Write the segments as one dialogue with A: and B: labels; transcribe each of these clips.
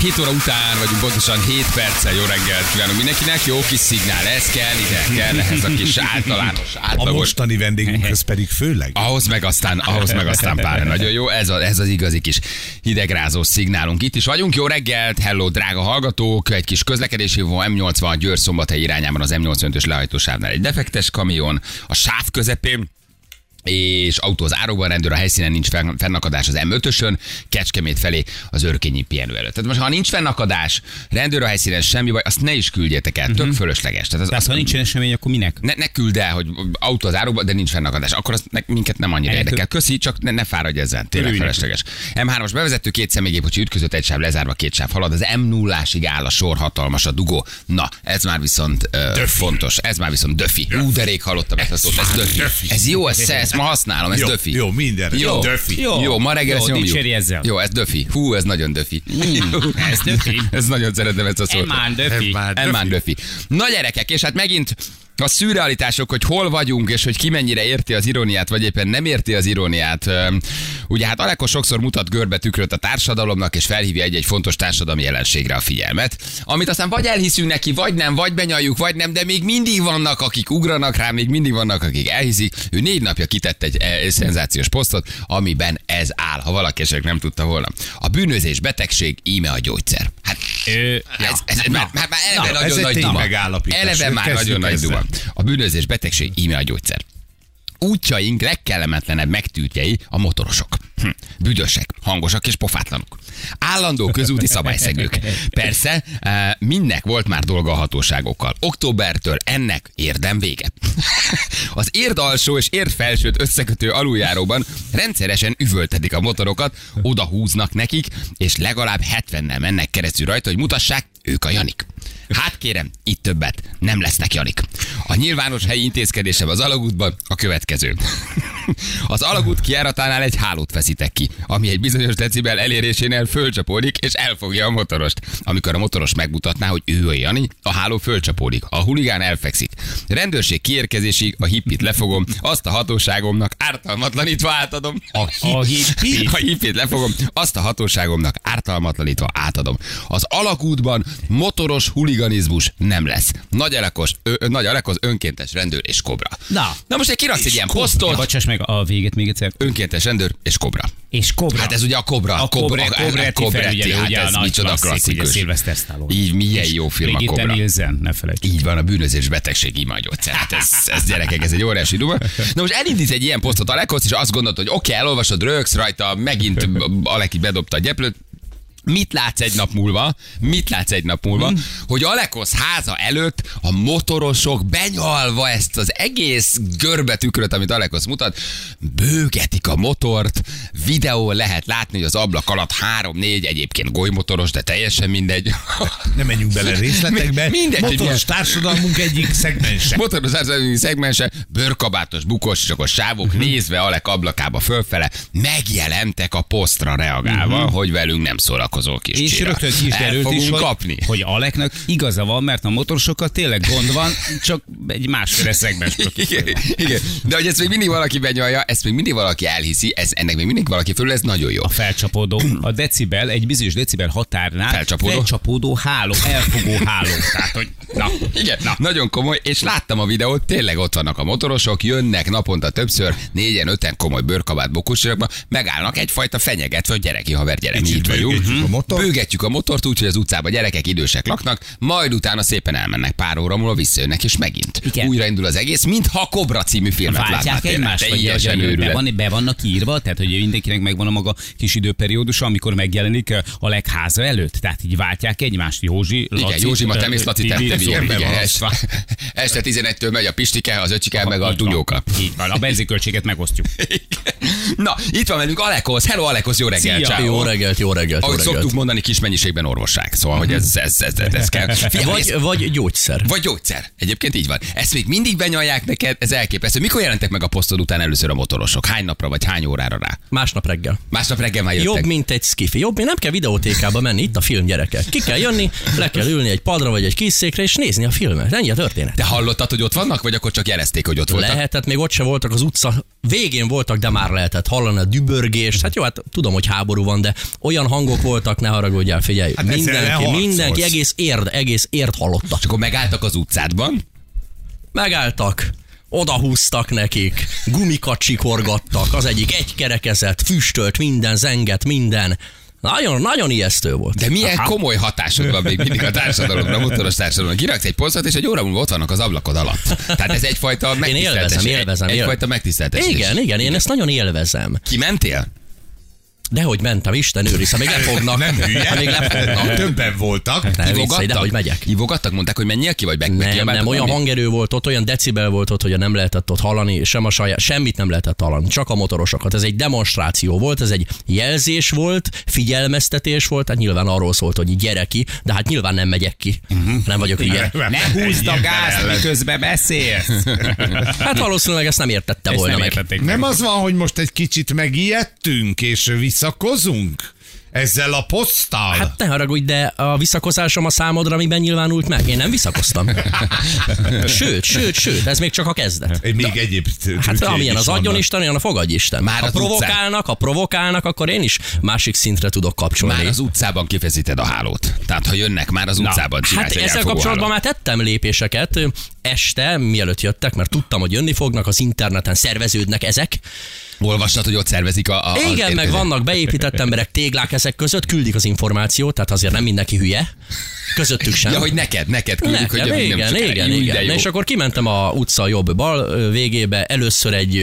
A: 7 óra után vagyunk pontosan 7 perccel. Jó reggelt kívánunk mindenkinek. Jó kis szignál, ez kell ide, kell ehhez a kis általános
B: Hát
C: A
A: átlagos.
C: mostani vendégünkhöz pedig főleg.
A: Ahhoz meg aztán, ahhoz meg aztán pár. Nagyon jó, ez, a, ez az igazi kis hidegrázó szignálunk. Itt is vagyunk, jó reggelt, hello drága hallgatók, egy kis közlekedési van M80 Győr szombathely irányában az M85-ös lehajtósávnál egy defektes kamion, a sáv közepén és autó az árokban, rendőr a helyszínen nincs fenn- fennakadás az M5-ösön, Kecskemét felé az örkényi pihenő előtt. Tehát most, ha nincs fennakadás, rendőr a helyszínen semmi baj, azt ne is küldjétek el, tök fölösleges. Tehát az,
B: Tehát,
A: az,
B: ha nincsen esemény, akkor minek?
A: ne, ne küld el, hogy autó az árokba, de nincs fennakadás. Akkor azt ne, minket nem annyira
B: Eltök-
A: érdekel. Köszi, csak ne, ne fáradj ezzel. Tényleg
B: Örülj
A: felesleges. M3-as bevezető, két személygépkocsi ütközött, egy sáv lezárva, két sáv halad. Az m 0 áll a sor, hatalmas a dugó. Na, ez már viszont uh, fontos. Ez már viszont döfi. Ú, de rég hallottam ezt a szót. Ez döfi. Ez jó, ez, ezt ma használom, ez
C: Jó,
A: döfi.
C: jó, mindenre.
A: Jó,
C: Döfi.
A: Jó, jó ma reggel
B: Jó,
A: ezt nyomjuk.
B: dicséri ezzel.
A: Jó, ez döfi. Hú, ez nagyon döfi.
B: ez döfi.
A: ez nagyon szeretem ezt a szót.
B: Emán döfi.
C: Emán.
A: Elmán Elmán Döfi. Na gyerekek, és hát megint a szürrealitások, hogy hol vagyunk, és hogy ki mennyire érti az iróniát, vagy éppen nem érti az iróniát. Öm, Ugye hát Aleko sokszor mutat görbe tükröt a társadalomnak, és felhívja egy-egy fontos társadalmi jelenségre a figyelmet, amit aztán vagy elhiszünk neki, vagy nem, vagy benyaljuk, vagy nem, de még mindig vannak, akik ugranak rá, még mindig vannak, akik elhiszik. Ő négy napja kitett egy eh, szenzációs posztot, amiben ez áll, ha valaki esetleg nem tudta volna. A bűnözés, betegség, íme a gyógszer. Hát
B: Ő,
A: ez, ez, már, már, már eleve
C: Na,
A: nagyon
C: ez egy
A: nagy
C: tény
A: duma.
C: megállapítás.
A: Eleve már
C: Kezdjük
A: nagyon nagy
C: ezzel.
A: duma. A bűnözés, betegség, íme a gyógyszer. Útjaink legkellemetlenebb megtűtjei a motorosok. Hm. Büdösek, hangosak és pofátlanok. Állandó közúti szabályszegők. Persze, eh, mindnek volt már dolga a hatóságokkal. Októbertől ennek érdem vége. Az érd alsó és érd felsőt összekötő aluljáróban rendszeresen üvöltetik a motorokat, oda húznak nekik, és legalább 70-nel mennek keresztül rajta, hogy mutassák, ők a Janik. Hát kérem, itt többet. Nem lesznek Janik. A nyilvános helyi intézkedésem az alagútban a következő. Az alagút kiáratánál egy hálót feszítek ki, ami egy bizonyos decibel elérésénél fölcsapódik és elfogja a motorost. Amikor a motoros megmutatná, hogy ő a Jani, a háló fölcsapódik, a huligán elfekszik. Rendőrség kiérkezésig a hippit lefogom, azt a hatóságomnak ártalmatlanítva átadom. A
B: A hippit?
A: a hipét lefogom, azt a hatóságomnak ártalmatlanítva átadom. Az alakútban motoros huliganizmus nem lesz. Nagy Alekos, ö, ö, nagy Alekos önkéntes rendőr és kobra.
B: Na.
A: Na most egy kiraksz egy ilyen
B: Ja,
A: posztot,
B: Bocsáss meg a véget még egyszer.
A: önkéntés rendőr és kobra.
B: És Kobra.
A: Hát ez ugye a kobra.
B: A Kobra, a Kobra,
A: Kobretti, hát ez micsoda klasszikus. Így milyen jó film a
B: Brigitte
A: kobra.
B: Nielsen, ne felejtsd.
A: Így van, a bűnözés betegség ima a gyógyszer. Hát ez, ez gyerekek, ez egy óriási duma. Na most elindít egy ilyen posztot Alekhoz, és azt gondolod, hogy oké, okay, elolvasod, rögsz rajta, megint Aleki bedobta a gyeplőt, Mit látsz egy nap múlva? Mit látsz egy nap múlva? Hogy Alekosz háza előtt a motorosok benyalva ezt az egész görbetükröt, amit Alekosz mutat, bőgetik a motort, videó lehet látni, hogy az ablak alatt három-négy egyébként golymotoros, de teljesen mindegy.
C: Nem menjünk bele részletekbe.
A: Mi- mindegy, hogy milyen-
C: Motoros társadalmunk egyik szegmense.
A: Motoros árszalmi szegmense, bőrkabátos, bukós, csak a sávok
B: Mhm.
A: nézve Alek ablakába fölfele, megjelentek a posztra reagálva, hogy velünk nem szórakozó kis
B: Mhm. És
A: csira.
B: rögtön ki is
A: El
B: derült
A: fogunk
B: is, hogy,
A: kapni.
B: hogy Aleknak igaza van, mert a motorosokkal tényleg gond van, csak egy másféle szegmensből.
A: Igen, igen, de hogy ezt még mindig valaki benyalja, ezt még mindig valaki elhiszi, ez, ennek még mindig valaki fölül, ez nagyon jó.
B: a felcsapódó, a decibel, egy bizonyos decibel határnál
A: Felcsapódó?
B: felcsapódó háló, elfogó háló. Tehát, hogy na,
A: Igen, Na. nagyon komoly, és láttam a videót, tényleg ott vannak a motorosok, jönnek naponta többször, négyen, öten komoly bőrkabát bokusokba, megállnak egyfajta fenyegetve, hogy gyereki haver, gyerek, mi
C: Kicsit
A: itt vagyunk. Mhm.
C: bőgetjük a motort.
A: Bőgetjük a motort, úgyhogy az utcában gyerekek idősek laknak, majd utána szépen elmennek pár óra múlva, visszajönnek, és megint.
B: Igen.
A: Újraindul az egész, mintha a Kobra című filmet látnák
B: váltják
A: tényleg.
B: egymást, vagy
A: Teljesen
B: hogy be,
A: őrület.
B: van, be vannak írva, tehát hogy mindenkinek megvan a maga kis időperiódusa, amikor megjelenik ö, a legháza előtt. Tehát így váltják egymást. Józsi, Laci,
A: Igen, Józsi, ma
B: ö,
A: te mész, Laci,
B: ti-
A: te
B: ti-
A: te
B: ti-
A: figyelj,
B: ti-
A: igen,
B: ti-
A: este- Este 11-től megy a Pistike, az öcsike, meg a
B: Így van.
A: Dunyóka.
B: Így van, a benzinköltséget megosztjuk.
A: Na, itt van velünk Alekhoz. Hello, Alekhoz, jó reggel,
B: Szia.
A: ciao.
D: Jó reggelt, jó reggelt, jó
A: Ahogy
D: reggelt.
A: szoktuk mondani, kis mennyiségben orvosság. Szóval, hogy ez, ez, ez, ez, ez kell. Figyelj, vagy,
D: Vagy, vagy gyógyszer.
A: vagy gyógyszer. Egyébként így van. Ezt még mindig benyalják neked, ez elképesztő. Mikor jelentek meg a posztod után először a motorosok? Hány napra vagy hány órára rá?
D: Másnap reggel.
A: Másnap reggel már jöttek.
D: Jobb, mint egy skifi. Jobb, mint nem kell videótékába menni, itt a film gyerekek. Ki kell jönni, le kell ülni egy padra vagy egy kis székre, és nézni a filmet. Ennyi a történet.
A: Te hallottad, hogy ott vannak, vagy akkor csak jelezték, hogy ott voltak?
D: Lehetett, még ott se voltak az utca. Végén voltak, de már lehetett lehetett hallani a dübörgést. Hát jó, hát tudom, hogy háború van, de olyan hangok voltak, ne haragudjál, figyelj. Hát
C: Hát ezzel
D: mindenki,
C: leharcolsz.
D: mindenki egész érd, egész érd hallotta.
A: És akkor megálltak az utcádban,
D: Megálltak, odahúztak nekik, gumikat csikorgattak, az egyik egykerekezett, füstölt minden, zenget minden. Nagyon, nagyon ijesztő volt.
A: de milyen komoly hatásod van még mindig a társadalomra, a motoros társadalomra. Kiraksz egy polcot, és egy óra múlva ott vannak az ablakod alatt. Tehát ez egyfajta megtiszteltetés.
D: élvezem, élvezem,
A: egy,
D: élvezem.
A: egyfajta megtiszteltetés.
D: Igen, igen, én ezt nagyon élvezem.
A: Kimentél?
D: Dehogy mentem, Isten őriz, ha még lefognak.
C: Nem hülye.
D: Ha még lefognak.
C: Többen voltak.
D: Hát, Ne viccelj, de hogy megyek.
A: Hívogattak, mondták, hogy menjél ki, vagy meg
D: Nem,
A: kiabáltak
D: nem, olyan
A: valamit?
D: hangerő volt ott, olyan decibel volt ott, hogy nem lehetett ott hallani, sem a saját, semmit nem lehetett hallani, csak a motorosokat. Ez egy demonstráció volt, ez egy jelzés volt, figyelmeztetés volt, hát nyilván arról szólt, hogy gyere ki, de hát nyilván nem megyek ki.
B: Mhm.
D: Nem vagyok ilyen.
A: Ne húzd a gázt, miközben beszélsz.
D: Hát valószínűleg ezt nem értette
B: Ezt
D: volna
B: nem
D: meg.
B: értették.
C: Nem az van, hogy most egy kicsit megijedtünk, és visszakozunk? Ezzel a poszttal?
D: Hát ne haragudj, de a visszakozásom a számodra miben nyilvánult meg? Én nem visszakoztam. Sőt, sőt, sőt, ez még csak a kezdet.
C: Egy még egyéb
D: Hát amilyen az adjon
C: is.
D: Isten, olyan a fogadj Isten.
A: Már
D: ha
A: az utcán.
D: provokálnak, ha provokálnak, akkor én is másik szintre tudok kapcsolni.
A: Már az utcában kifeszíted a hálót. Tehát, ha jönnek, már az utcában
D: Hát
A: csinálsz egy
D: ezzel
A: elfogó
D: kapcsolatban
A: hálót.
D: már tettem lépéseket ö, este, mielőtt jöttek, mert tudtam, hogy jönni fognak, az interneten szerveződnek ezek.
A: Olvastad, hogy ott szervezik a... a az
D: Igen, meg
A: érkezést.
D: vannak beépített emberek, téglák ezek között, küldik az információt, tehát azért nem mindenki hülye. Közöttük sem.
A: Ja, hogy neked, neked küldjük,
D: Nekem,
A: hogy
D: igen,
A: nem
D: igen, igen, igen. Na, És akkor kimentem a utca jobb bal ö, végébe, először egy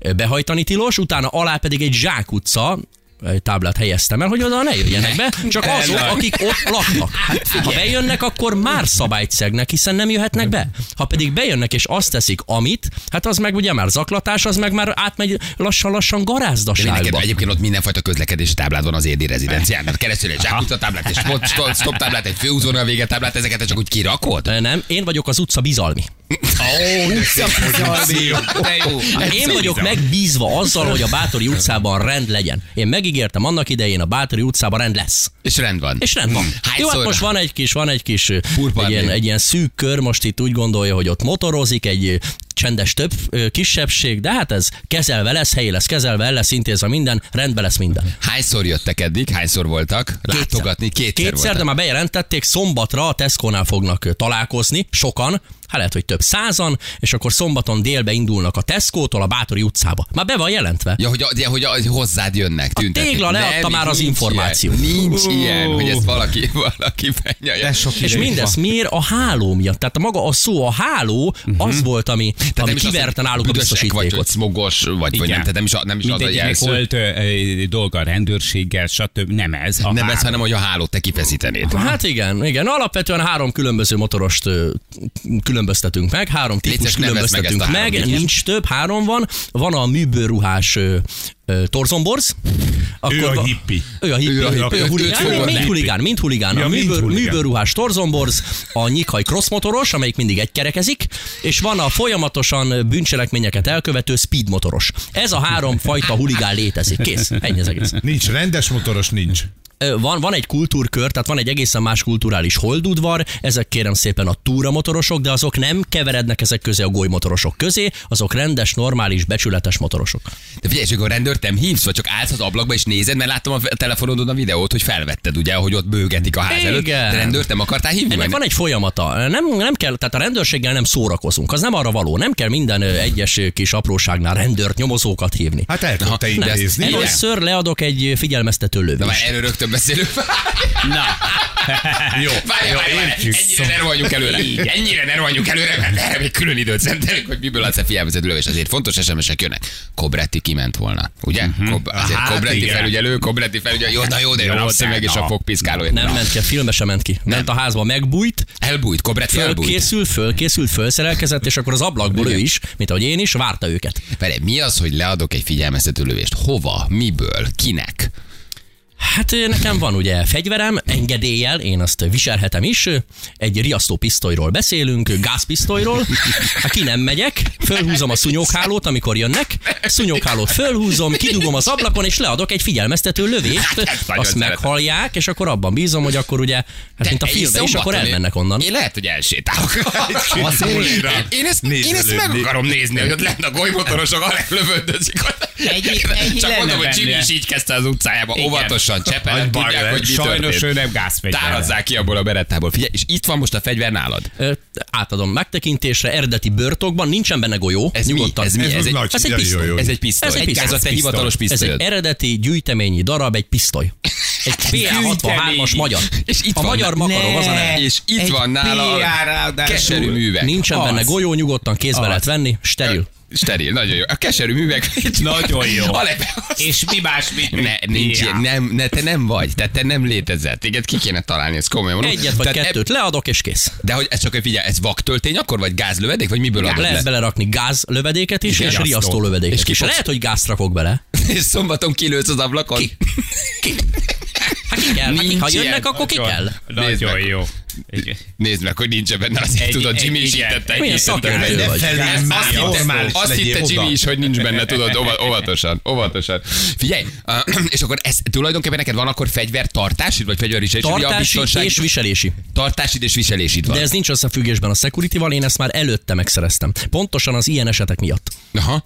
D: ö, behajtani tilos, utána alá pedig egy zsák utca ö, táblát helyeztem el, hogy oda ne jöjjenek be, csak azok, akik ott laknak.
A: Hát
D: Ha bejönnek, akkor már szabályt szegnek, hiszen nem jöhetnek be. Ha pedig bejönnek és azt teszik, amit, hát az meg ugye már zaklatás, az meg már átmegy lassan-lassan
A: De neked
D: garázdaságba.
A: egyébként ott mindenfajta közlekedési táblád van az érdi rezidencián. Tehát keresztül egy zsákutca táblát, egy spot- stop- stop táblát, egy főúzónál vége táblát, ezeket te csak úgy kirakod?
D: Ö, Nem, én vagyok az utca bizalmi.
A: Ó, de szép pozíció. De jó.
D: Én vagyok megbízva azzal, hogy a Bátori utcában rend legyen. Én megígértem annak idején, a Bátori utcában rend lesz.
A: És rend van. Hm.
D: És rend van.
A: Hányszor?
D: Jó, hát most van egy kis, van egy kis ö,
A: Purpa
D: egy ilyen,
A: még.
D: egy ilyen szűk kör, most itt úgy gondolja, hogy ott motorozik, egy ö, csendes több ö, kisebbség, de hát ez kezelve lesz, helyi lesz, kezelve el lesz intézve minden, rendben lesz minden.
A: Hányszor jöttek eddig? Hányszor voltak? Látogatni? Kétszer,
D: Kétszer, de
A: voltak.
D: már bejelentették, szombatra a Tesco-nál fognak ö, találkozni, sokan, hát lehet, hogy több százan, és akkor szombaton délbe indulnak a Tesco-tól a Bátori utcába. Már be van jelentve.
A: Ja, hogy, ja, hogy, hogy hozzád jönnek, tüntetni.
D: tégla leadta
A: Nem,
D: már az
A: nincs
D: információ.
A: Ilyen, nincs ilyen, hogy ezt valaki, valaki fenyelje.
D: És mindez miért a háló miatt? Tehát maga a szó, a háló, az volt, ami, ami
A: Mhm. nem is az, hogy
D: kiverte náluk a
A: büdösek Vagy,
D: biztosítékot.
A: vagy smogos, vagy, vagy nem,
B: Igen.
A: tehát nem is, a- nem is az a
B: Mindegyiknek
A: jelszó.
B: volt ö, ö, dolga a rendőrséggel, stb. Nem ez. A
A: Nem
B: három.
A: ez, hanem hogy a hálót te kifeszítenéd.
D: Hát igen, igen. Alapvetően három különböző motorost ö, különböztetünk meg, három típus
A: Létszes, ne vedd meg
D: különböztetünk
A: ezt a három
D: meg,
A: típust.
D: nincs több, három van. Van a műbőruhás ö, ö, torzomborz. Akkor
C: Ő a
D: va-
C: hippi.
D: Ő a hippi,
A: Ő
D: ő
A: a
D: a,
A: hippi.
D: ő a huligán,
A: Őt
D: mind,
A: fogod
D: mind
A: le.
D: huligán, mind huligán.
C: Ja,
D: a
C: mind
D: műbőr,
C: huligán.
D: műbőruhás torzomborz, a nyikhaj crossmotoros, amelyik mindig egykerekezik, és van a folyamatosan bűncselekményeket elkövető speedmotoros. Ez a három fajta huligán létezik. Kész, ennyi az egész.
C: Nincs, rendes motoros nincs.
D: Ö, van, van egy kultúrkör, tehát van egy egészen más kulturális holdudvar, ezek kérem szépen a túramotorosok, de azok nem keverednek ezek közé a golymotorosok közé, azok rendes, normális, becsületes motorosok.
A: De figyelj, és akkor rendőrt nem hívsz, vagy csak állsz az ablakba és nézed, mert láttam a telefonodon a videót, hogy felvetted, ugye, hogy ott bőgetik a ház előtt.
D: Igen.
A: De rendőrt nem akartál hívni?
D: Ennek
A: vagy
D: van egy folyamata. Nem, nem kell, tehát a rendőrséggel nem szórakozunk. Az nem arra való. Nem kell minden ö, egyes ö, kis apróságnál rendőrt, nyomozókat hívni.
C: Hát el tudta
A: Na, de ezt-
C: idézni.
A: igen.
D: Először leadok egy figyelmeztető
A: Na már
D: lövést.
A: erről rögtön beszélünk. Na. Jó, várj, várj, várj,
C: értjük.
A: ennyire ne rohanjunk előre. Ennyire ne rohanjunk előre, mert erre még külön időt szentelünk, hogy miből adsz a figyelmeztető lövés. Azért fontos SMS-ek jönnek. Kobretti kiment volna, ugye? Kob- azért
C: Hát
A: Kobretti
C: igen.
A: felügyelő, Kobretti felügyelő, jó, na jó, de jó,
B: Jó,
A: a szemeg
B: de
A: és a
B: na.
A: fogpiszkálója.
D: Nem ment ki, a filmbe sem ment ki. Ment a házba, megbújt,
A: Elbújt, Kobretti elbújt.
D: fölkészül, fölkészül, fölszerelkezett, és akkor az ablakból ő is, mint ahogy én is, várta őket.
A: Várj, mi az, hogy leadok egy figyelmeztető lövést? Hova? Miből? Kinek?
D: Hát ö, nekem van ugye fegyverem, engedéllyel, én azt viselhetem is. Egy riasztó pisztolyról beszélünk, gázpisztolyról. Hát ki nem megyek, fölhúzom a szúnyoghálót, amikor jönnek. Szúnyoghálót fölhúzom, kidugom az ablakon, és leadok egy figyelmeztető lövést.
A: Hát, nagyon
D: Azt
A: szeretem.
D: meghallják, és akkor abban bízom, hogy akkor ugye, hát mint a
A: egy
D: filmben, és akkor
A: szombaton
D: elmennek onnan.
A: Én, én lehet, hogy elsétálok.
C: A
A: én,
C: szélére.
A: Hát, én, ezt, én ezt meg
C: Nézelődni.
A: akarom nézni, hogy ott lent a golymotorosok, a lövöldözik.
B: Egy- egy
A: Csak
B: lenne
A: mondom, hogy Jimmy
B: benne.
A: is így kezdte az utcájába,
B: Igen.
A: óvatosan, cseppelen tudják, hogy mi
B: Sajnos ő
A: történt.
B: nem gázfegyver.
A: Tárazzák ki abból a berettából. Figyelj, és itt van most a fegyver nálad.
D: Ö, Átadom megtekintésre, eredeti börtokban, nincsen benne golyó.
A: Ez mi?
D: nyugodtan.
A: Ez mi?
C: Ez
A: Ez egy,
C: nagy-
A: ez egy
C: jaj, jaj,
A: pisztoly.
C: jaj.
A: Ez egy pisztoly.
D: Ez egy pisztoly.
A: Ez a te hivatalos
D: Ez
A: pisztolyod.
D: egy eredeti gyűjteményi darab, egy pisztoly. Egy PA63-as magyar.
A: És itt
D: a
A: van
D: magyar
A: ne-
D: makarom, az a neve.
A: És itt van
B: PR
A: nála a
B: ráadásul.
A: keserű művek.
D: Nincsen
B: Az.
D: benne golyó, nyugodtan kézbe lehet venni, steril.
A: Steril, nagyon jó. A keserű művek.
B: Nagyon jó.
A: A lebe-
B: És mi más, mint
A: Ne, nincs ilyen, nem, ne, te nem vagy, tehát te nem létezel. Téged ki kéne találni, ez komolyan mondom.
D: Egyet vagy
A: Tehát
D: kettőt leadok, és kész.
A: Eb, de hogy ez csak, hogy figyelj, ez vaktöltény akkor, vagy gázlövedék, vagy miből adod
D: Lehet
A: le?
D: belerakni gázlövedéket is,
A: Igen,
D: és
A: riasztó.
D: riasztó
A: És
D: lövedéket
A: ki
D: is.
A: fogsz-
D: Lehet, hogy gázt rakok bele.
A: És szombaton kilősz az ablakon? Ki?
D: Hát ki kell, hát
A: Nincs
D: ha
A: ilyen.
D: jönnek, akkor ki kell.
A: Nézd
B: Nagyon
A: meg.
B: jó. Igen.
A: Nézd meg, hogy nincs benne, azt egy,
B: Egy-
A: tudod,
B: egy-
A: Jimmy is
B: igen.
A: hittette.
D: Milyen szakértő
A: hittette-
D: vagy?
C: felé már
A: Azt hitte,
C: normális
A: azt
C: legyél
A: hitte
C: oda.
A: Jimmy is, hogy nincs benne, tudod, óva- óvatosan, óvatosan. Figyelj, ah, és akkor ez tulajdonképpen neked van akkor fegyvertartásid, vagy fegyveriség?
D: Tartási és viselési.
A: Tartásid és viselésid van.
D: De ez nincs összefüggésben a security-val, én ezt már előtte megszereztem. Pontosan az ilyen esetek miatt.
A: Aha.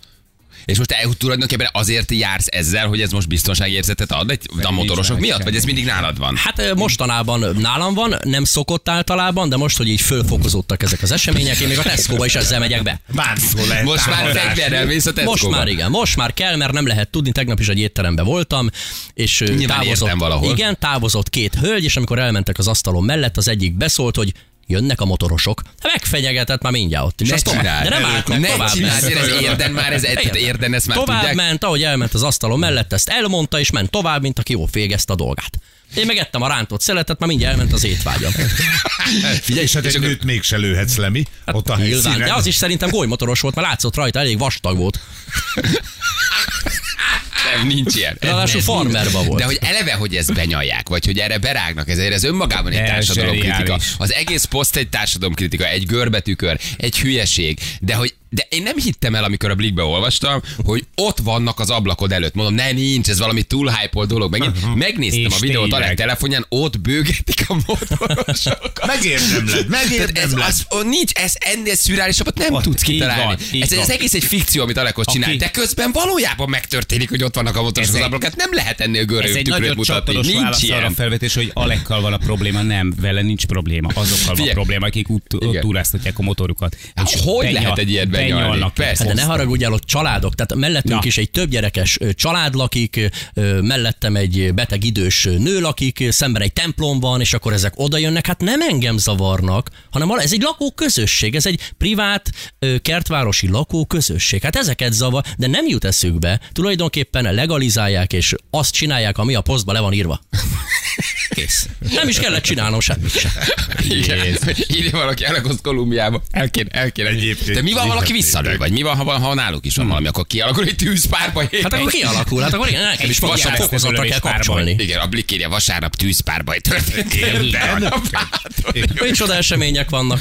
A: És most te tulajdonképpen azért jársz ezzel, hogy ez most biztonságérzetet ad egy, a motorosok
B: nincs
A: miatt,
B: semmi.
A: vagy ez mindig nálad van?
D: Hát ö, mostanában nálam van, nem szokott általában, de most, hogy így fölfokozódtak ezek az események, én még a tesco is ezzel megyek be.
C: Bármikor lehet
A: Most már
C: támadás.
A: fegyverrel mész a tesco
D: Most már igen, most már kell, mert nem lehet tudni. Tegnap is egy étteremben voltam, és ö,
A: Nyilván
D: távozott,
A: értem valahol.
D: igen, távozott két hölgy, és amikor elmentek az asztalon mellett, az egyik beszólt, hogy jönnek a motorosok. Hát Megfenyegetett már mindjárt ott is.
A: Ne
D: Azt tovább- de
A: csináld,
D: nem állt meg,
A: ne
D: tovább
A: csináld,
D: ment.
A: ez érden már, ez, tehát érden, ezt már
D: tovább
A: tudják.
D: ment, ahogy elment az asztalon mellett, ezt elmondta, és ment tovább, mint aki jó végezte a dolgát. Én megettem a rántott szeletet, már mindjárt elment az étvágyam.
A: Figyelj,
C: És hát egy
A: akkor- Hát
C: nőt mégse lőhetsz le, mi? Ott a
D: Nyilván,
C: helyszínen.
D: Hát de az is szerintem golymotoros volt, mert látszott rajta, elég vastag volt. Hát
A: Nem, nincs ilyen.
D: Ráadásul
A: Ez- ez
D: farmerba
A: nincs.
D: volt.
A: De hogy eleve, hogy ezt benyalják, vagy hogy erre berágnak, ezért ez önmagában egy
B: Ez
A: társadalomkritika.
B: zseniális.
A: Az egész poszt egy társadalomkritika, egy görbetükör, egy hülyeség. De hogy de én nem hittem el, amikor a Blikbe olvastam, hogy ott vannak az ablakod előtt. Mondom, ne nincs, ez valami túl hype dolog. Megint megnéztem
B: És
A: a videót a
B: tényleg.
A: telefonján, ott bőgetik a motorosokat.
C: Megérdemled,
A: Tehát ez,
C: megérdemled.
A: az, ó, nincs, ez ennél szürreálisabbat nem
B: Ott,
A: tudsz
B: így
A: kitalálni.
B: van, így
A: ez, ez
B: van.
A: egész egy fikció, amit Alekos
B: Aki-
A: csinál, de közben valójában megtörténik, hogy ott vannak a motorosok
B: Ez
A: az
B: egy-
A: ablakát. Nem lehet ennél
B: Ez
A: görög
B: egy
A: tükröt
B: nagyon
A: mutatni.
B: csatoros
A: Nincs
B: válasz arra a
A: ilyen.
B: felvetés, hogy Alekkal van a probléma. Nem, vele nincs probléma. Azokkal van
A: Figyelj.
B: probléma, akik út, ott
A: Igen.
B: túráztatják a motorukat.
A: Hát hogy lehet egy ilyet benyalni? Persze.
B: Persze.
D: Hát de ne haragudjál, ott családok, tehát mellettünk
B: Na.
D: is egy több gyerekes ö, család lakik, ö, mellettem egy beteg idős nő lakik, ö, szemben egy templom van, és akkor ezek oda jönnek, hát nem engem zavarnak, hanem vala- ez egy lakóközösség, ez egy privát ö, kertvárosi lakóközösség. Hát ezeket zavar, de nem jut eszükbe. Tulajdonképpen legalizálják, és azt csinálják, ami a posztba le van írva. Kész. Nem is kellett csinálnom semmit sem.
A: Igen. Írja valaki Alekos Kolumbiába. El kéne, el kéne.
C: Egyébként
A: De mi van, valaki
C: hihetetlen.
A: visszalő? Vagy mi van, ha, van, ha náluk is van
B: Hmm.
A: valami, akkor kialakul egy tűzpárba.
D: Hát akkor kialakul, hát akkor igen, nekem is magasabb
A: vasárt-
D: fokozatra kell
B: lövéspárban.
D: kapcsolni.
A: Igen, a Blik írja, vasárnap tűzpárbaj történt. Érted? A bátor.
D: Micsoda események vannak.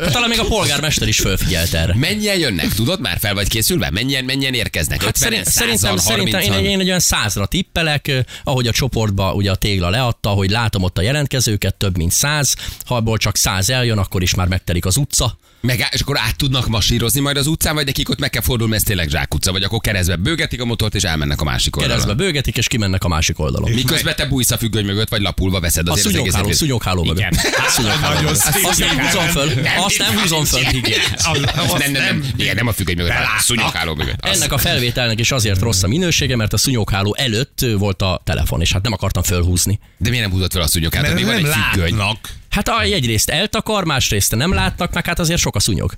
D: Hát Talán még a polgármester is fölfigyelt erre.
A: Mennyien jönnek? Tudod, már fel vagy készülve? Mennyien, mennyien érkeznek?
D: Hát
A: 50-en,
D: szerint, szerintem,
A: 100-an,
D: szerintem én,
A: 30-an?
D: egy- én egy olyan százra tippelek, eh, ahogy a csoportba ugye a tégla leadta, hogy látom ott a jelentkezőket, több mint száz, ha abból csak száz eljön, akkor is már megtelik az utca.
A: Meg, á- és akkor át tudnak masírozni majd az utcán, vagy nekik ott meg kell fordulni, ez tényleg zsákutca, vagy akkor keresztbe bőgetik a motort, és elmennek a másik oldalra.
D: Keresztbe bőgetik, és kimennek a másik oldalon.
A: Miközben te bújsz a függöny mögött, vagy lapulva veszed
D: A
A: azért az egészet.
D: szúnyogháló,
A: rész-
D: szúnyoghálóba. be.
B: Igen.
D: Szúnyoghálóba.
C: Nagyon szép.
D: Azt nem húzom föl, azt nem húzom föl.
A: Az nem, nem, nem, igen, nem a függöny mögött, hanem a szúnyogháló mögött. Az-
D: Ennek a felvételnek is azért rossz a minősége, mert a szúnyogháló előtt ö, volt a telefon, és hát nem akartam fölhúzni.
A: De miért nem húzott fel a szúnyoghálót?
C: Mert
A: hát Még van
C: nem
A: egy függöny.
C: látnak.
D: Hát a- egyrészt eltakar, másrészt nem látnak, meg hát azért sok a szúnyog.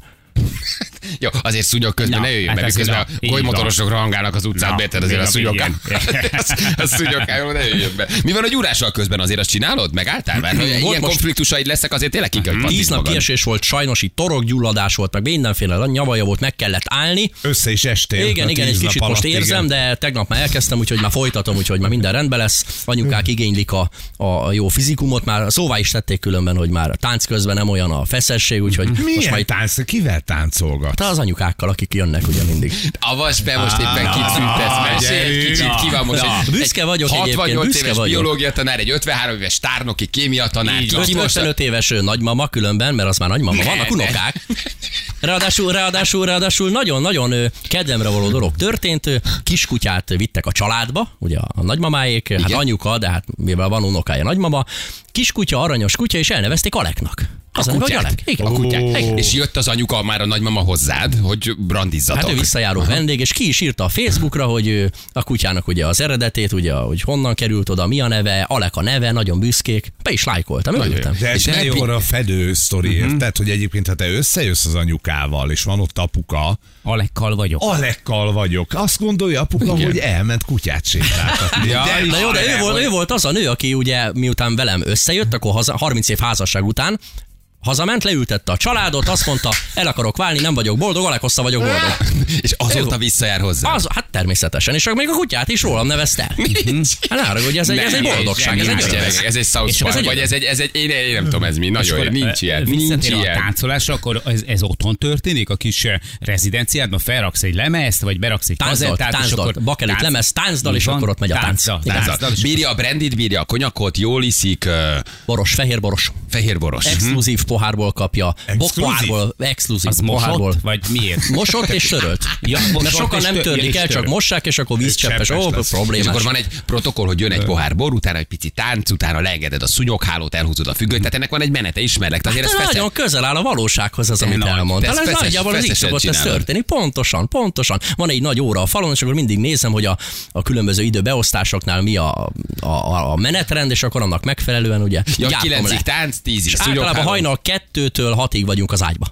A: Jó, azért szúnyog közben
B: Na,
A: ne jöjjön,
B: hát
A: mert
B: ez
A: miközben
B: így
A: a
B: van.
A: golymotorosok rangálnak az utcán,
B: Na,
A: érted azért a
B: igen,
A: szúnyogán.
B: igen.
A: A szúnyogán ne jöjjön be. Mi van a gyúrással közben, azért azt csinálod? Megálltál? Mert ha ilyen
D: most-
A: konfliktusaid leszek, azért tényleg ki kell, hogy
D: Tíz
A: pattint
D: nap
A: magad.
D: kiesés volt, sajnos itt torokgyulladás volt, meg mindenféle nyavaja volt, meg kellett állni.
C: Össze is estél.
D: Igen,
C: a
D: igen,
C: tíz
D: egy
C: nap
D: kicsit
C: alatt,
D: most
C: igen.
D: érzem, de tegnap már elkezdtem, úgyhogy már folytatom, úgyhogy már minden rendben lesz. Anyukák igénylik a, a jó fizikumot, már szóvá is tették különben, hogy már a tánc közben nem olyan a feszesség, úgyhogy most
C: Milyen
D: majd
C: majd... tánc? Kivel táncolgat?
D: te az anyukákkal, akik jönnek ugye mindig.
A: Avasd be most éppen
C: na,
A: kicsit
C: gyerünk.
A: egy kicsit ki van most.
D: Na,
A: egy-
D: büszke
A: egy
D: vagyok egyébként,
A: 68
D: büszke
A: éves
D: vagyok.
A: biológia tanár, egy 53 éves tárnoki kémia tanár.
D: Így van.
A: Ki most a
D: 55 éves ö, nagymama különben, mert az már nagymama,
A: Ne,
D: vannak
A: ne.
D: unokák. Ráadásul, ráadásul, ráadásul nagyon-nagyon ö, kedvemre való dolog történt. Ö, Kiskutyát ö, vittek a családba, ugye a a nagymamáék, ö, hát
A: Igen.
D: anyuka, de hát mivel van unokája nagymama. Kiskutya, aranyos kutya, és elnevezték Aleknak. Azt mondták, hogy
A: kutyát?
D: Alek. Igen.
A: A kutyát.
D: Igen.
A: És jött az anyuka, már a nagymama hozzád, hogy brandizzatok.
D: Hát ő visszajáró vendég, és ki is írta a Facebookra, hogy ö, a kutyának ugye az eredetét, ugye, hogy honnan került oda, mi a neve, Alek a neve, nagyon büszkék. Be is lájkoltam, örültem.
C: De ez
A: És
C: de
A: nem
C: jó
A: pi- Mhm.
C: arra a fedő sztori, érted? Hogy egyébként, ha te összejössz az anyukával, és van ott apuka,
B: Alekkal vagyok.
C: Alekkal vagyok. Azt gondolja apuka, hogy elment kutyát sétáltatni.
A: Ja,
C: is
D: Na jó, de ő
C: nem.
D: volt, ő volt az a nő, aki ugye miután velem összejött, akkor haza, 30 év házasság után hazament, leültette a családot, azt mondta, el akarok válni, nem vagyok boldog, alekossza vagyok boldog.
A: És azóta visszajár hozzá.
D: Az, hát természetesen, és még a kutyát is rólam nevezte el. Hát ne haragudj, ez egy, ez egy boldogság, ez egy öröm.
A: ez egy South
D: És ez
A: Park,
D: egy
A: vagy
D: öröm.
A: ez egy, ez egy, én, én nem tudom ez mi,
B: És
A: nagyon,
B: akkor,
A: nincs
B: eh,
A: ilyen, nincs
B: visszatér a
A: ilyen.
B: táncolásra, akkor ez, ez otthon történik? A kis eh, rezidenciádban felraksz egy lemezt, vagy beraksz egy
D: Táncdalt,
B: kazettát, és
D: táncdalt,
B: akkor...
D: bakelit, lemez, táncdal, és akkor ott megy a tánc.
B: Táncdal,
D: Igen.
B: táncdal. és
A: Bírja a brandit, bírja a konyakot, jól iszik, ö,
D: Boros, fehér boros.
B: Mhm.
A: fehérboros.
D: Exkluzív pohárból kapja,
C: Exkluzív?
D: bokpoárból, exkluzív
B: Az
D: pohárból.
B: mosott, vagy miért?
D: Mosott és sörölt.
B: Ja,
D: Mert
B: mosott
D: sokan
B: és
D: nem
B: tör-
D: törlik
B: és
D: el, csak
B: törölt.
D: mossák, és akkor vízcseppes.
C: cseppes
D: Ó,
C: lesz.
D: problémás.
A: És akkor van egy protokoll, hogy jön egy pohár bor, utána egy pici tánc, utána leengeded a szúnyoghálót, elhúzod a függönyt, tehát ennek van egy menete, ismerlek. Tehát azért
D: Hát
A: ez
D: ez
A: feszes.
D: nagyon közel áll a valósághoz az, amit
A: Nagy,
D: elmondtál.
A: de
D: Ez
A: ezt feszes-
D: nagyjából az így
A: feszesen
D: szokott ez
A: csinálod.
D: történni. Pontosan, pontosan. Van egy nagy óra a falon, és akkor mindig nézem, hogy a, a különböző időbeosztásoknál mi a, a, a, a menetrend, és akkor annak megfelelően ugye
A: Ja,
D: jártam le.
A: 9 tánc, 10 is.
D: És általában hajnal kettőtől hatig vagyunk az ágyba.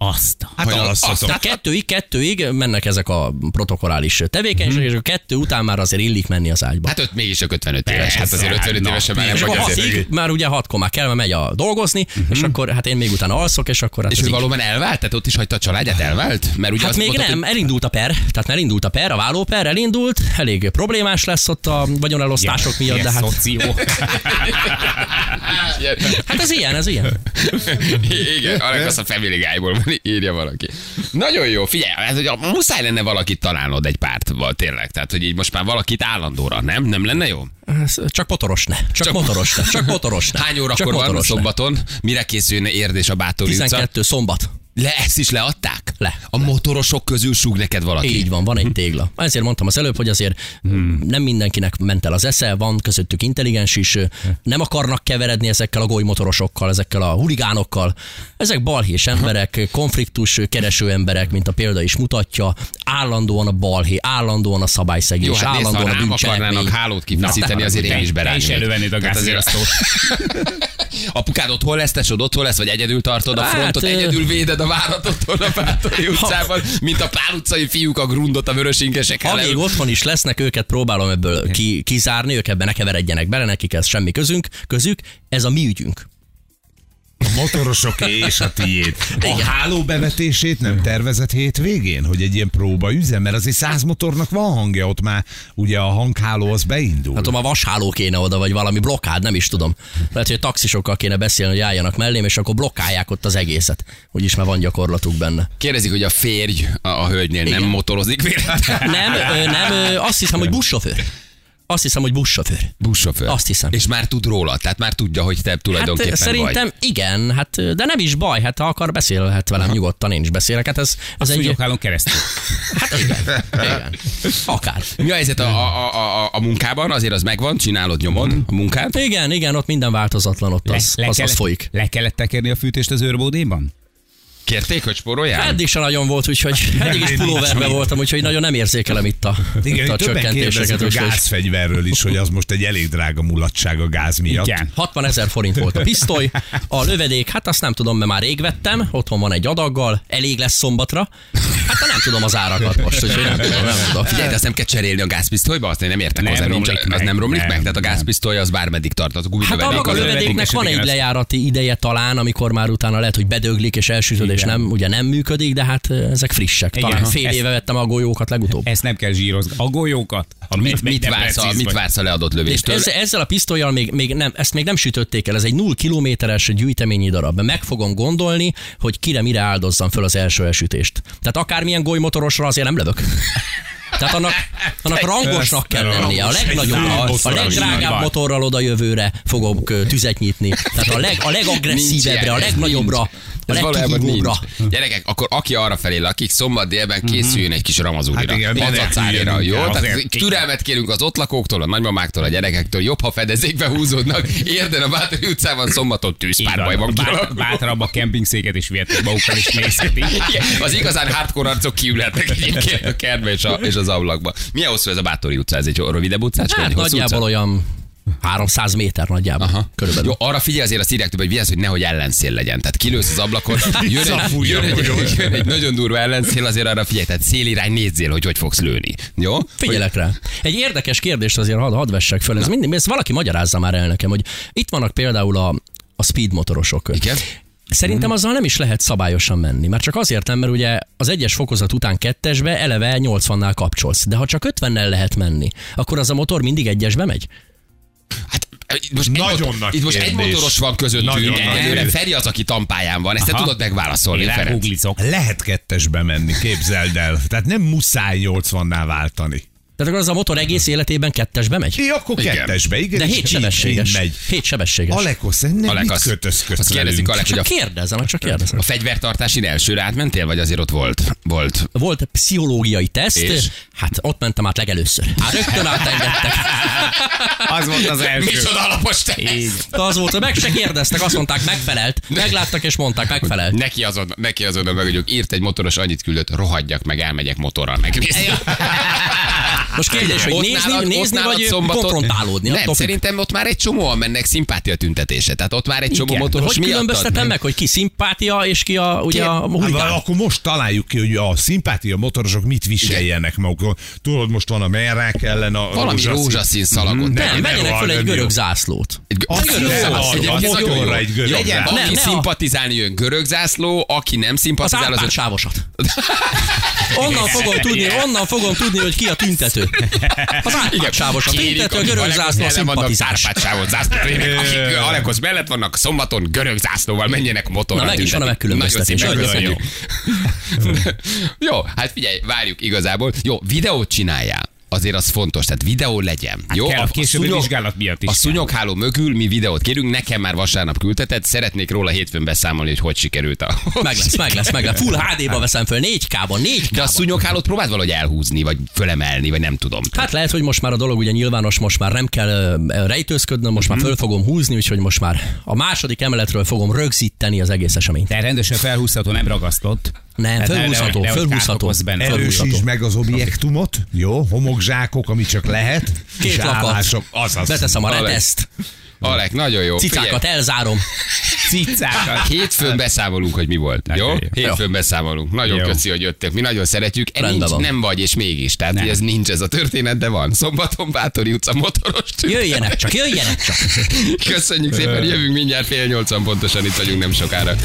B: Azt.
C: Hát alszatok.
D: Tehát kettőig, kettőig mennek ezek a protokolális tevékenységek, és a kettő után már azért illik menni az ágyba.
A: Mhm. Hát ott mégis csak 55 éves,
B: Persze,
A: hát azért 55
B: na,
A: évesen már nem
D: És
A: vagy
D: akkor
A: azért. Mhm.
D: hatig, már ugye hatkor már kell, mert megy a dolgozni, és akkor hát én még utána alszok, és akkor hát
A: És
D: ez
A: ő
D: így-
A: valóban elvált? Tehát ott is hagyta a családját, elvált? Mert ugye
D: Hát
A: azt
D: még
A: mondtad,
D: nem,
A: hogy-
D: elindult a per, tehát elindult a per, a vállóper elindult, elég problémás lesz ott a vagyonelosztások miatt, de
B: Ilyen
D: hát,
B: Szoció.
D: hát ez ilyen, ez ilyen.
A: Igen, annak azt a Family Guy-ból van, írja valaki. Nagyon jó, figyelj, hát, hogy a, muszáj lenne valakit találnod egy pártval, tényleg. Tehát, hogy így most már valakit állandóra, nem? Nem lenne jó?
D: Ez Csak motoros ne, csak, csak motoros ne, csak motoros ne.
A: Hány
D: csak
A: órakor van
D: motoros ne.
A: szombaton? Mire készülne érdés a Bátori utca?
D: 12 szombat.
A: Le, ezt is leadták?
D: Le.
A: A motorosok közül súg neked valaki?
D: Így van, van
A: Mhm.
D: egy tégla. Ezért mondtam az előbb, hogy azért hmm. nem mindenkinek ment el az esze, van közöttük intelligens is,
A: Hm.
D: nem akarnak keveredni ezekkel a golymotorosokkal, ezekkel a huligánokkal. Ezek balhés emberek, konfliktus kereső emberek, mint a példa is mutatja, állandóan a balhé, állandóan a szabályszegés,
A: Jó, hát nézd, ha
D: állandóan a
A: rám
D: bűncselekmény.
A: akarnának hálót kifeszíteni,
D: Na,
A: azért én
B: te-
A: is berányom.
B: te is elővennéd a
A: Tehát azért-
B: gázriasztót.
A: Apukád otthon lesz, tesod otthon lesz, vagy egyedül tartod a
D: Hát,
A: frontot,
D: ö-
A: egyedül véded a várat otthon a Bátori utcában, mint a pál utcai fiúk a grundot a vörös ingesek
D: Ha még
A: ellen.
D: otthon is lesznek, őket próbálom
A: Hm.
D: ebből ki, kizárni, ők ebben ne keveredjenek bele, nekik ez semmi közünk, közük, ez a mi ügyünk.
C: A motorosok és a tiéd. A háló bevetését nem tervezett hétvégén, hogy egy ilyen próba üzem, mert azért száz motornak van hangja, ott már ugye a hangháló az beindul.
D: Hát tudom, a vasháló kéne oda, vagy valami blokkád, nem is tudom. Lehet, hogy a taxisokkal kéne beszélni, hogy álljanak mellém, és akkor blokkálják ott az egészet. Úgyis már van gyakorlatuk benne.
A: Kérdezik, hogy a férj a, a hölgynél nem motorozik véletlenül.
D: Nem, ö, nem, ö, azt hiszem, hogy buszsofőr. Azt hiszem, hogy buszsofőr.
A: Buszsofőr.
D: Azt hiszem.
A: És már tud róla, tehát már tudja, hogy te
D: Hát
A: tulajdonképpen
D: ö, szerintem
A: vagy.
D: igen, hát, ö, de nem is baj, hát ha akar, beszélhet velem nyugodtan, én is beszélek. Hát ez, ez egy...
B: Szúnyoghálón keresztül.
D: Hát igen, igen. Akár.
A: Mi a helyzet a, a, a, a, a munkában? Azért az megvan, csinálod nyomon a munkát.
D: Igen, igen, ott minden változatlan, ott az, az, az
B: kellett-
D: folyik.
B: Le kellett tekerni a fűtést az őrbódéban?
A: Kérték, hogy spórolják?
D: Eddig se nagyon volt, úgyhogy eddig is pulóverbe voltam, úgyhogy nagyon nem érzékelem itt a, itt
C: Igen,
D: a
C: itt többen
D: csökkentéseket.
C: kérdezik a
D: úgyhogy-
C: gázfegyverről is, hogy az most egy elég drága mulatság a gáz miatt.
B: Igen.
D: 60 ezer forint volt a pisztoly, a lövedék, hát azt nem tudom, mert már rég vettem, otthon van egy adaggal, elég lesz szombatra. Hát nem tudom az árakat most, úgyhogy nem tudom, nem tudom.
A: Figyelj, de azt nem kell cserélni a gázpisztolyba, azt én nem értek
B: Nem
A: hozzá, nincs,
B: romlik
A: az
B: meg.
A: nem romlik
B: Nem,
A: meg, tehát a
B: nem.
A: gázpisztoly az bármeddig tart,
D: Hát
A: az
D: a
A: gumilövedék,
D: maga
A: az
D: lövedéknek van egy lejárati ideje talán, amikor már utána lehet, hogy bedöglik és elsütöd, és nem, ugye nem működik, de hát ezek frissek.
B: Igen.
D: Talán fél
B: Ez-
D: éve vettem a golyókat legutóbb.
B: Ezt nem kell zsírozni. A golyókat. A
A: Mit, mit, vársz a, mit vársz a leadott
D: És
A: lövéstől?
D: ezzel, ezzel a pisztolyjal még, még nem, ezt még nem sütötték el, ez egy 0 kilométeres gyűjteményi darab. Meg fogom gondolni, hogy kire mire áldozzam föl az első esütést. Tehát akármilyen golymotorosra azért nem lövök. Tehát annak, annak rangosnak kell lennie. A legnagyobb, a, a legdrágább motorral oda jövőre fogok ö, tüzet nyitni. Tehát a, leg, a
A: Nincs
D: legagresszívebbre,
A: ilyen,
D: a
A: ez
D: legnagyobbra, a
A: Ez valójában
D: legkihívóbbra.
A: nincs. Gyerekek, akkor aki arra felé lakik, szombat délben készüljön egy kis ramazúrira.
C: Hát igen,
A: Hát
C: mindenki
A: Macacárira,
C: jön
A: jó?
C: inkább,
A: Tehát
C: azért.
A: türelmet kérünk az ott lakóktól, a nagymamáktól, a gyerekektől. Jobb, ha fedezékbe húzódnak. Érden a Bátori utcában szombaton tűzpárbajban kialakul.
B: Bátrabb a kempingszéket is vihetik magukkal is nézhetik.
A: Igen, az igazán hardcore arcok kiülhetnek egyébként a kertbe és, a, és az ablakba. Milyen hosszú ez a Bátori utca? Ez egy rövidebb utcás?
D: Hát nagyjából olyan 300 méter nagyjából.
A: Aha.
D: Körülbelül.
A: Jó, arra figyelj azért azt írják több, hogy vigyázz, hogy nehogy ellenszél legyen. Tehát kilősz az ablakon, jön egy, jön, egy, jön egy, nagyon durva ellenszél, azért arra figyelj, tehát szélirány nézzél, hogy hogy fogsz lőni. Jó?
D: Figyelek rá. Egy érdekes kérdést azért hadd had vessek föl. Ez mindig, ezt valaki magyarázza már el nekem, hogy itt vannak például a, a speed motorosok.
A: Igen.
C: Mhm.
D: Szerintem azzal nem is lehet szabályosan menni, már csak azért nem, mert ugye az egyes fokozat után kettesbe eleve 80-nál kapcsolsz, de ha csak 50-nel lehet menni, akkor az a motor mindig egyesbe megy?
A: Hát, itt most egy
C: Nagyon
A: motor,
C: nagy
A: Itt most egy
C: kérdés.
A: motoros van közöttünk.
C: Nagyon
A: Nagyon
C: nagy
A: nagy
C: kérdés.
A: Feri az, aki tampáján van. Ezt te
B: Aha.
A: tudod megválaszolni,
B: Én
A: Ferenc.
B: elgooglizok.
C: Lehet kettesbe menni, képzeld el. Tehát nem muszáj 80-nál váltani.
D: Tehát akkor az a motor egész életében kettesbe megy?
C: Ki akkor
A: Igen.
C: kettesbe, igen.
D: De
C: és
D: hét
C: így- így
D: sebességes.
C: megy.
D: Hét sebességes.
C: Aleko, szerintem
A: Alek,
C: mit
A: azt-
C: kötözködsz
A: Azt kérdezik,
C: velünk?
A: Alek, hogy
D: Csak
A: a,
D: kérdezem, hát csak kérdezem.
A: a fegyvertartásin elsőre átmentél, vagy azért ott volt? Volt.
D: Volt pszichológiai teszt,
A: És?
D: hát ott mentem át legelőször. Hát rögtön átengedtek.
B: Az volt az első.
A: Micsoda alapos te!
D: De az volt, hogy meg se kérdeztek, azt mondták, megfelelt. Megláttak és mondták, megfelelt.
A: Neki azon, neki azonnal meg, hogy írt egy motoros, annyit küldött, rohadjak meg, elmegyek motorral megnézni.
D: Most kérdés, hogy
A: Ott
D: nézni,
A: nálad- ott
D: nézni
A: nálad
D: vagy
A: szombaton-
D: konfrontálódni.
A: Nem,
D: attól függ.
A: szerintem ott már egy csomóan mennek szimpátia tüntetése. Tehát ott már egy csomó
D: Igen. De
A: motoros
D: Hogy
A: miatt
D: különböztetem meg, hogy ki szimpátia és ki a, ugye a
C: Hát,
D: huligán?
C: akkor most találjuk ki, hogy a szimpátia motorosok mit viseljenek magukon. Tudod, most van a merrák ellen a
A: Valami rózsaszín szalagot.
C: Mhm.
D: Nem,
C: Nem,
D: vegyenek
C: nem,
D: föl egy
C: nem
D: görög
C: jó.
D: zászlót.
A: Egy gö-
C: Az
A: egy görög
C: jó,
A: zászló.
C: az
A: Egyébként
C: jó,
A: nagyon jó.
C: egy görög
A: Legyen
C: zászló.
A: valaki
D: Ne, ne a-
A: szimpatizálni jön görög zászló, aki nem
D: Az
A: szimpatizál, az
D: Árpád
A: öt
D: sávosat. Onnan fogom tudni, onnan fogom tudni, hogy ki a tüntető. Az Árpád sávos, a tüntető, a görög zászló, a szimpatizás.
A: Árpád zászló. Akik Alekhoz mellett vannak, szombaton görög zászlóval menjenek motorra.
D: Na, meg is van a
A: tüntetni.
D: megkülönböztetés.
A: Nagyon szépen
D: Nagyon
A: köszönjük. Jó, hát figyelj, várjuk igazából. Jó, videót csináljál. Azért az fontos, tehát videó legyen. Jó,
B: Hát kell a későbbi
A: szúnyog-
B: vizsgálat miatt is.
A: A szúnyogháló mögül mi videót kérünk, nekem már vasárnap küldtetett, szeretnék róla hétfőn beszámolni, hogy hogy sikerült a...
D: Meg lesz, meg lesz, meg lesz. Full HD-ba veszem föl, 4K-ban, 4K.
A: De a szúnyoghálót próbáld valahogy elhúzni, vagy fölemelni, vagy nem tudom.
D: Hát lehet, hogy most már a dolog ugye nyilvános, most már nem kell ö, rejtőzködnöm, most már föl fogom húzni, úgyhogy most már a második emeletről fogom rögzíteni az egész eseményt.
B: De rendesen felhúzható, nem ragasztott.
D: Nem,
B: Tehát
D: fölhúzható,
B: nehogy- nehogy kárt
D: fölhúzható,
B: okozz benne.
D: fölhúzható.
C: Erősítsd meg az objektumot, jó, homokzsákok, ami csak lehet,
D: Két
C: és
D: lakat,
C: állások, azaz.
D: beteszem a
A: Alek.
D: reteszt,
A: Alek, nagyon jó.
D: cicákat elzárom.
B: Cicákat.
A: Hétfőn beszámolunk, hogy mi volt. Jó?
B: jó.
A: Hétfőn beszámolunk. Nagyon
B: Jó.
A: köszi, hogy jöttek. Mi nagyon szeretjük. E,
D: Rendben
A: nincs,
D: van.
A: nem vagy, és mégis. Tehát hogy ez nincs ez a történet, de van. Szombaton Bátori utca motoros tűnt.
D: Jöjjenek csak, jöjjenek csak.
A: Köszönjük szépen, jövünk mindjárt fél nyolcan pontosan, itt vagyunk nem sokára.